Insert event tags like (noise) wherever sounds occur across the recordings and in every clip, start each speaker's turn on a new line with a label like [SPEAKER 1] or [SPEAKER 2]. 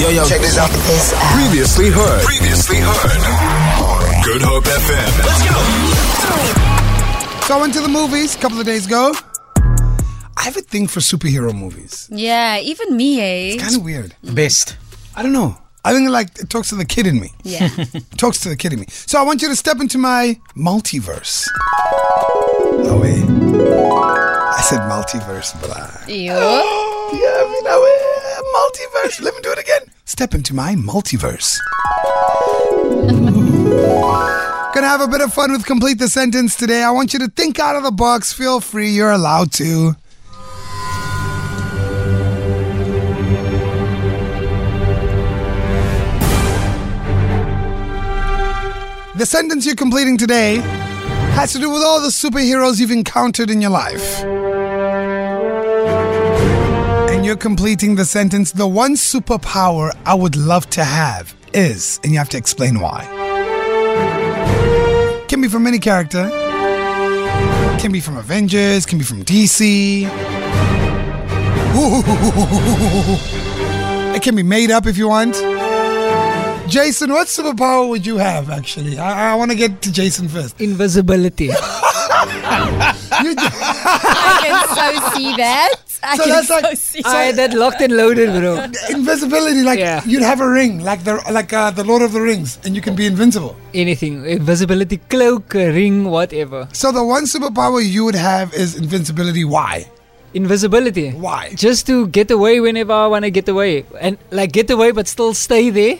[SPEAKER 1] Yo, yo,
[SPEAKER 2] check this out.
[SPEAKER 3] This app.
[SPEAKER 1] Previously heard. Previously heard. Good Hope FM. Let's
[SPEAKER 4] So I went to the movies a couple of days ago. I have a thing for superhero movies.
[SPEAKER 3] Yeah, even me, eh?
[SPEAKER 4] Kind of weird.
[SPEAKER 5] Best.
[SPEAKER 4] I don't know. I think like it talks to the kid in me.
[SPEAKER 3] Yeah.
[SPEAKER 4] It talks to the kid in me. So I want you to step into my multiverse. Oh wait. I said multiverse, but I
[SPEAKER 3] Yo.
[SPEAKER 4] Yeah, I mean, I went, multiverse. Let me do it again. Step into my multiverse. Gonna have a bit of fun with Complete the Sentence today. I want you to think out of the box. Feel free, you're allowed to. The sentence you're completing today has to do with all the superheroes you've encountered in your life. And you're completing the sentence the one superpower I would love to have is, and you have to explain why. Can be from any character, can be from Avengers, can be from DC. Ooh. It can be made up if you want. Jason, what superpower would you have actually? I, I want to get to Jason first.
[SPEAKER 5] (laughs) Invisibility.
[SPEAKER 4] You-
[SPEAKER 3] I can so see that. I
[SPEAKER 4] So
[SPEAKER 3] can
[SPEAKER 4] that's
[SPEAKER 3] so
[SPEAKER 4] like-
[SPEAKER 3] see
[SPEAKER 5] I had that locked and loaded, bro.
[SPEAKER 4] invisibility, like
[SPEAKER 5] Yeah.
[SPEAKER 4] you'd have a ring, like the like uh, the Lord of the Rings, and you can be invincible.
[SPEAKER 5] Anything. Invisibility cloak, uh, ring, whatever.
[SPEAKER 4] So the one superpower you would have is invincibility. Why?
[SPEAKER 5] Invisibility.
[SPEAKER 4] Why?
[SPEAKER 5] Just to get away whenever I want to get away. And like get away but still stay
[SPEAKER 4] (laughs)
[SPEAKER 5] there.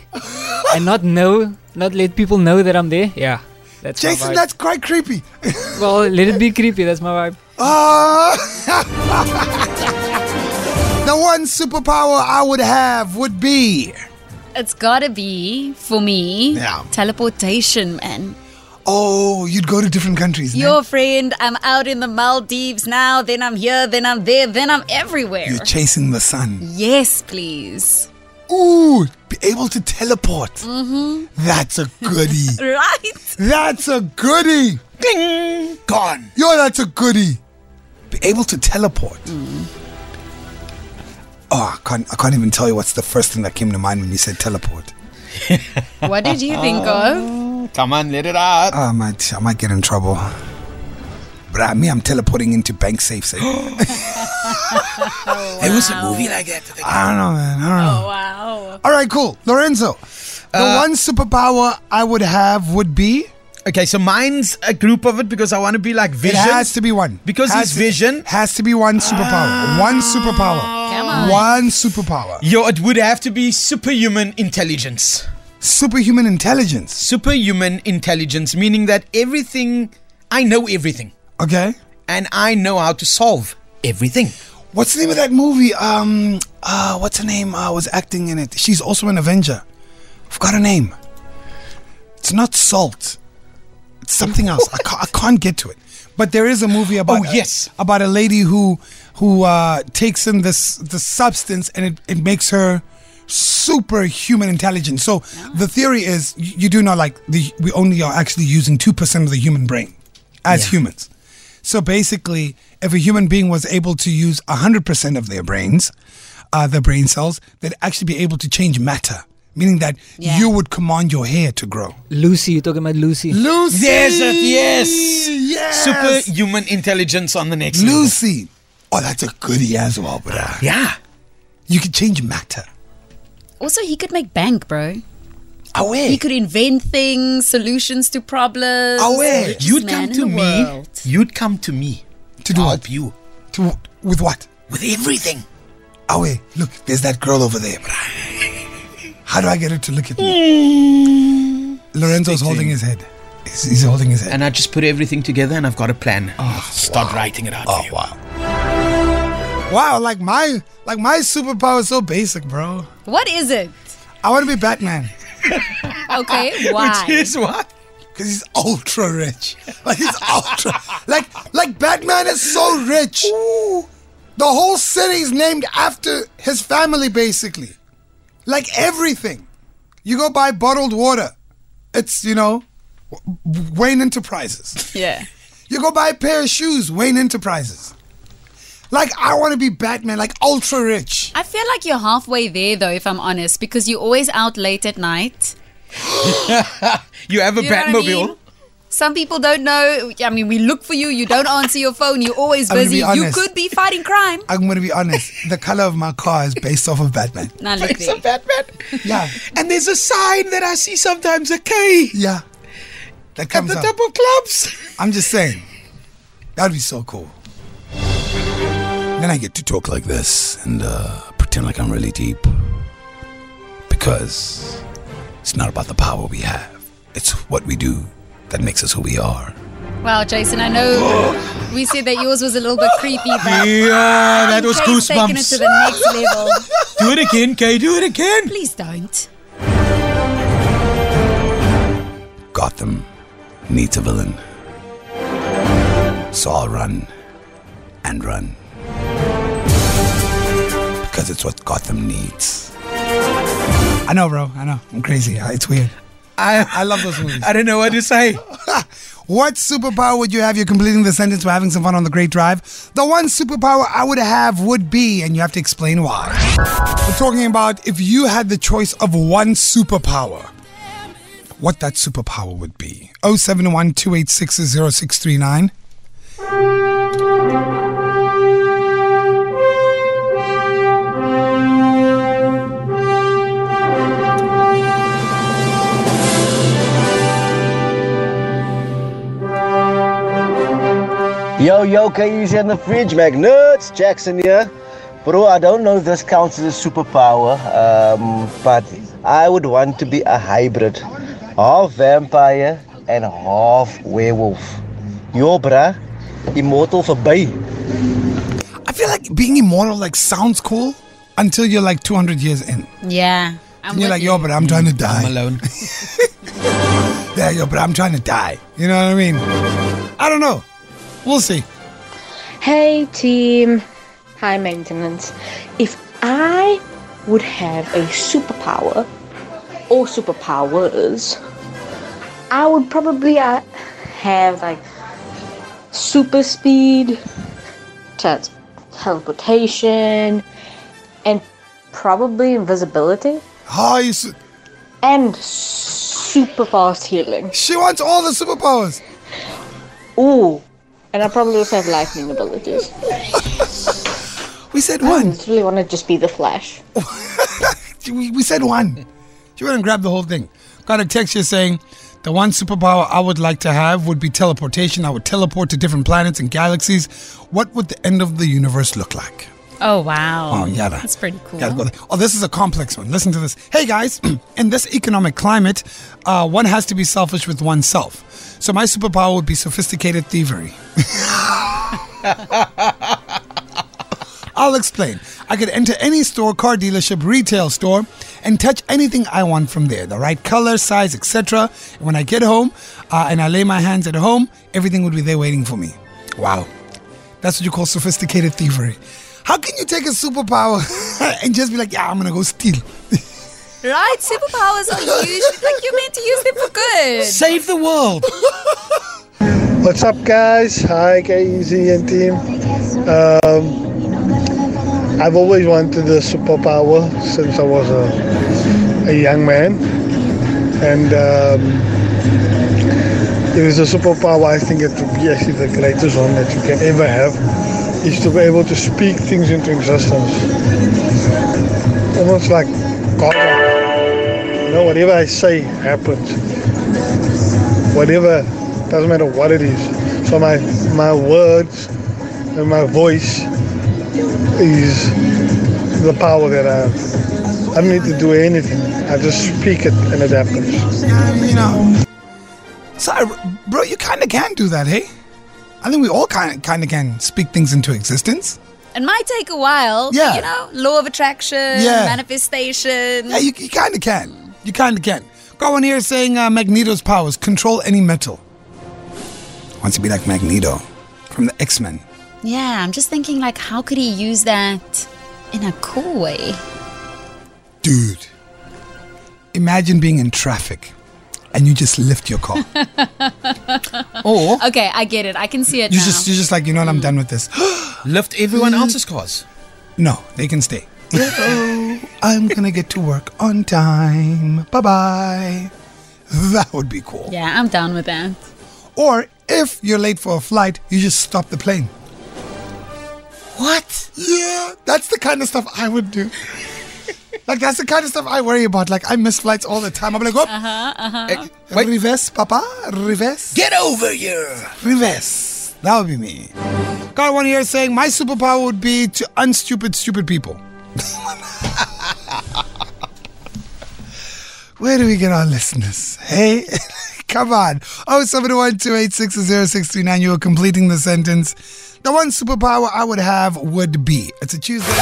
[SPEAKER 5] and not know, not let people know that I'm there. Yeah. That's my
[SPEAKER 4] Jason,
[SPEAKER 5] vibe.
[SPEAKER 4] that's quite creepy. (laughs)
[SPEAKER 5] well, let it be creepy. That's my vibe.
[SPEAKER 4] Uh, (laughs) the one superpower I would have would be.
[SPEAKER 3] It's gotta be, for me,
[SPEAKER 4] Yeah.
[SPEAKER 3] teleportation, man.
[SPEAKER 4] Oh, you'd go to different countries. no?
[SPEAKER 3] Your friend, I'm out in the Maldives now, then I'm here, then I'm there, then I'm everywhere.
[SPEAKER 4] You're chasing the sun.
[SPEAKER 3] yes, please. (laughs)
[SPEAKER 4] Ooh, be able to teleport. Mm-hmm. That's a goodie.
[SPEAKER 3] Right?
[SPEAKER 4] That's a goodie. Ding. Gone. Yo, that's a goodie. Be able to teleport.
[SPEAKER 6] Mm.
[SPEAKER 4] Oh, I can't, I can't even tell you what's the first thing that came to mind when you said teleport.
[SPEAKER 3] What did you think of?
[SPEAKER 6] Come on, let it out.
[SPEAKER 4] Ah, I might, I might get in trouble. But I, me, I'm teleporting into bank
[SPEAKER 6] (gasps)
[SPEAKER 4] (laughs) safes. eh?
[SPEAKER 6] It was a movie like that. Oh.
[SPEAKER 4] I don't know, man. I don't know.
[SPEAKER 3] Wow.
[SPEAKER 4] All right, cool. Lorenzo, the
[SPEAKER 6] Uh,
[SPEAKER 4] one superpower I would have would be.
[SPEAKER 6] Okay, so mine's a group of it because I want to be like Vision.
[SPEAKER 4] It has to be one.
[SPEAKER 6] Because
[SPEAKER 4] Has
[SPEAKER 6] it's
[SPEAKER 4] to-
[SPEAKER 6] vision? Ah.
[SPEAKER 4] Has to be one superpower. One superpower.
[SPEAKER 3] Come on.
[SPEAKER 4] One superpower.
[SPEAKER 6] Yo, it would have to be superhuman intelligence.
[SPEAKER 4] Superhuman intelligence.
[SPEAKER 6] Superhuman intelligence, meaning that everything, I know everything,
[SPEAKER 4] Okay.
[SPEAKER 6] and I know how to solve everything.
[SPEAKER 4] What's the name of that movie? Um, uh, what's her name? Uh, was acting in it. She's also an Avenger. Forgot her name. It's not Salt. It's something else. I, ca- I can't get to it. But there is a movie about
[SPEAKER 6] Oh, yes.
[SPEAKER 4] about a lady who who uh, takes in this this substance and it, it makes her superhuman intelligent. So the theory is you, you do know like the, we only are actually using two percent of the human brain as humans. So basically, if a human being was able to use 100% of their brains, uh, their brain cells, they'd actually be able to change matter, meaning that
[SPEAKER 3] Yeah.
[SPEAKER 4] you would command your hair to grow.
[SPEAKER 5] Lucy, you talking about Lucy?
[SPEAKER 4] Lucy!
[SPEAKER 6] Yes, yes.
[SPEAKER 4] Yes!
[SPEAKER 6] Superhuman intelligence on the next level.
[SPEAKER 4] Lucy! Oh, that's a goodie as well, bruh.
[SPEAKER 6] Yeah.
[SPEAKER 4] You could change matter.
[SPEAKER 3] Also, he could make bank, bro. He
[SPEAKER 4] Away.
[SPEAKER 3] could invent things, solutions to problems.
[SPEAKER 4] Away.
[SPEAKER 3] Richest
[SPEAKER 6] You'd
[SPEAKER 3] man
[SPEAKER 6] come
[SPEAKER 3] in
[SPEAKER 6] to
[SPEAKER 3] the
[SPEAKER 6] me.
[SPEAKER 3] world.
[SPEAKER 6] You'd come to me
[SPEAKER 4] To do
[SPEAKER 6] to
[SPEAKER 4] what?
[SPEAKER 6] help you
[SPEAKER 4] To, with what?
[SPEAKER 6] with everything.
[SPEAKER 4] Away. Look, there's that girl over there, bruh. How do I get her to look at me? Lorenzo's holding his head. He's, he's holding his head.
[SPEAKER 6] And I just put everything together and I've got a plan. Start writing it out for you.
[SPEAKER 4] Oh, wow. Wow, like my like my superpower is so basic, bro.
[SPEAKER 3] What is it?
[SPEAKER 4] I want to be Batman
[SPEAKER 3] (laughs) Okay, why?
[SPEAKER 6] Which is what?
[SPEAKER 4] because he's ultra rich. (laughs) Like he's ultra, like like Batman is so rich. The whole city's named after his family, basically. Like everything, you go buy bottled water. It's you know, W- W- Wayne Enterprises.
[SPEAKER 3] yeah.
[SPEAKER 4] You go buy a pair of shoes, Wayne Enterprises. Like I want to be Batman, like ultra rich.
[SPEAKER 3] I feel like you're halfway there, though, if I'm honest, because you're always out late at night.
[SPEAKER 6] You have a
[SPEAKER 3] You know what I
[SPEAKER 6] Batmobile.
[SPEAKER 3] mean? Some people don't know. I mean, we look for you. You don't answer your phone. You're always
[SPEAKER 4] I'm gonna
[SPEAKER 3] busy.
[SPEAKER 4] be
[SPEAKER 3] You
[SPEAKER 4] honest.
[SPEAKER 3] could be fighting
[SPEAKER 6] (laughs)
[SPEAKER 3] crime.
[SPEAKER 4] I'm gonna be honest. the color of my car is based off of Batman.
[SPEAKER 3] Now look
[SPEAKER 6] (laughs) It's a
[SPEAKER 3] there.
[SPEAKER 6] Batman.
[SPEAKER 4] Yeah.
[SPEAKER 6] And there's a sign that I see sometimes, a K
[SPEAKER 4] Yeah, that
[SPEAKER 6] at
[SPEAKER 4] comes
[SPEAKER 6] the
[SPEAKER 4] up.
[SPEAKER 6] top of clubs.
[SPEAKER 4] I'm just saying, that'd be so cool. Then I get to talk like this and uh, pretend like I'm really deep because it's not about the power we have; it's what we do that makes us who we are.
[SPEAKER 3] Wow, Jason, I
[SPEAKER 6] (gasps)
[SPEAKER 3] know we said that yours was a little bit creepy, but
[SPEAKER 6] Yeah, that was
[SPEAKER 3] Kay's taken it to
[SPEAKER 6] goosebumps.
[SPEAKER 3] the next
[SPEAKER 6] (laughs)
[SPEAKER 3] level.
[SPEAKER 6] Do it again, Kay, do it again.
[SPEAKER 3] Please don't.
[SPEAKER 4] Gotham needs a villain. So I'll run and run. Because it's what Gotham needs. I know, bro. I know. I'm crazy. It's weird.
[SPEAKER 6] I,
[SPEAKER 4] I love those movies.
[SPEAKER 6] I don't know what to say.
[SPEAKER 4] Ah, What superpower would you have? You're completing the sentence. We're having some fun on the Great Drive. The one superpower I would have would be, and you have to explain why. We're talking about if you had the choice of one superpower, what that superpower would be. 071 286 0639.
[SPEAKER 2] Yo, yo, KU's in the fridge, McNuts, Jackson here. Bro, I don't know if this counts as a superpower, um, but I would want to be a hybrid. Half vampire and half werewolf. Yo, bruh, immortal voorbij.
[SPEAKER 4] I feel like being immortal like sounds cool until you're like 200 years in.
[SPEAKER 3] Yeah. I'm
[SPEAKER 4] And you're
[SPEAKER 3] with
[SPEAKER 4] like,
[SPEAKER 3] you.
[SPEAKER 4] yo, but I'm trying to
[SPEAKER 6] I'm
[SPEAKER 4] die.
[SPEAKER 6] alone.
[SPEAKER 4] (laughs) Yeah, yo, but I'm trying to die. You know what I mean? I don't know. We'll see.
[SPEAKER 7] Hey team, high maintenance. If I would have a superpower or superpowers, I would probably uh, have like super speed, trans- teleportation, and probably invisibility
[SPEAKER 4] How Ah, you su-
[SPEAKER 7] and super fast healing.
[SPEAKER 4] she wants all the superpowers.
[SPEAKER 7] Ooh, and I probably also have lightning abilities.
[SPEAKER 4] We said
[SPEAKER 7] I
[SPEAKER 4] one.
[SPEAKER 7] literally want to just be the Flash.
[SPEAKER 4] We, we said one. She went and grabbed the whole thing. Got a text here saying, the one superpower I would like to have would be teleportation. I would teleport to different planets and galaxies. What would the end of the universe look like?
[SPEAKER 3] Oh, wow.
[SPEAKER 4] Oh, yeah.
[SPEAKER 3] That's pretty cool.
[SPEAKER 4] Yeah, well, Oh, this is a complex one. Listen to this. Hey, guys, (clears throat) in this economic climate, uh, one has to be selfish with oneself. So my superpower would be sophisticated thievery. (laughs) I'll explain. I could enter any store, car dealership, retail store, and touch anything I want from there. The right color, size, etc. And when I get home uh, and I lay my hands at home, everything would be there waiting for me. Wow. That's what you call sophisticated thievery. How can you take a superpower (laughs) and just be like, yeah, I'm gonna go steal?
[SPEAKER 3] Right? Superpowers are used. Like, you're meant to use them for good.
[SPEAKER 6] Save the world.
[SPEAKER 8] What's up, guys? Hi, KEZ and team. Um, I've always wanted a superpower since I was a, a young man, and um, if it's a superpower, I think it would be actually the greatest one that you can ever have. Is to be able to speak things into existence, almost like God. You know, whatever I say happens whatever doesn't matter what it is so my my words and my voice is the power that i have i don't need to do anything i just speak it and it happens
[SPEAKER 4] You know. Sorry, um, bro, you kind of can do that, hey? I think we all kind of, kind of can speak things into existence.
[SPEAKER 3] It might take a while. but,
[SPEAKER 4] Yeah.
[SPEAKER 3] You know, law of attraction,
[SPEAKER 4] Yeah.
[SPEAKER 3] manifestation.
[SPEAKER 4] Yeah, you, you kind of can. You kind of can. Got one here saying uh, Magneto's powers control any metal. Wants to be like Magneto from the X Men.
[SPEAKER 3] Yeah, I'm just thinking, like, how could he use that in a cool way?
[SPEAKER 4] Dude, imagine being in traffic and you just lift your car.
[SPEAKER 6] Or
[SPEAKER 3] Okay, I get it. I can see it
[SPEAKER 4] Oh. You
[SPEAKER 3] now.
[SPEAKER 4] just you're just like, you know what, I'm done with this. (gasps) Mm.
[SPEAKER 6] lift everyone else's cars.
[SPEAKER 4] No, they can
[SPEAKER 6] (laughs)
[SPEAKER 4] stay. I'm gonna get to work on time. Bye bye. That would be cool.
[SPEAKER 3] yeah, I'm down with that.
[SPEAKER 4] Or if you're late for a flight, you just stop the plane. What? Yeah, that's the kind of stuff I would
[SPEAKER 6] (laughs)
[SPEAKER 4] do. like that's the kind of stuff I worry about. Like I miss flights all the time. I'm like, oh,
[SPEAKER 6] Eh,
[SPEAKER 4] wait.
[SPEAKER 6] Wait,
[SPEAKER 4] reverse, papa, reverse,
[SPEAKER 6] get over here.
[SPEAKER 4] reverse. That would be me. Got one here saying my superpower would be to unstupid stupid people. Where do we get our listeners? Hey, (laughs) come on. Oh, 0712860639. You are completing the sentence. The one superpower I would have would be. It's a Tuesday.
[SPEAKER 1] Feel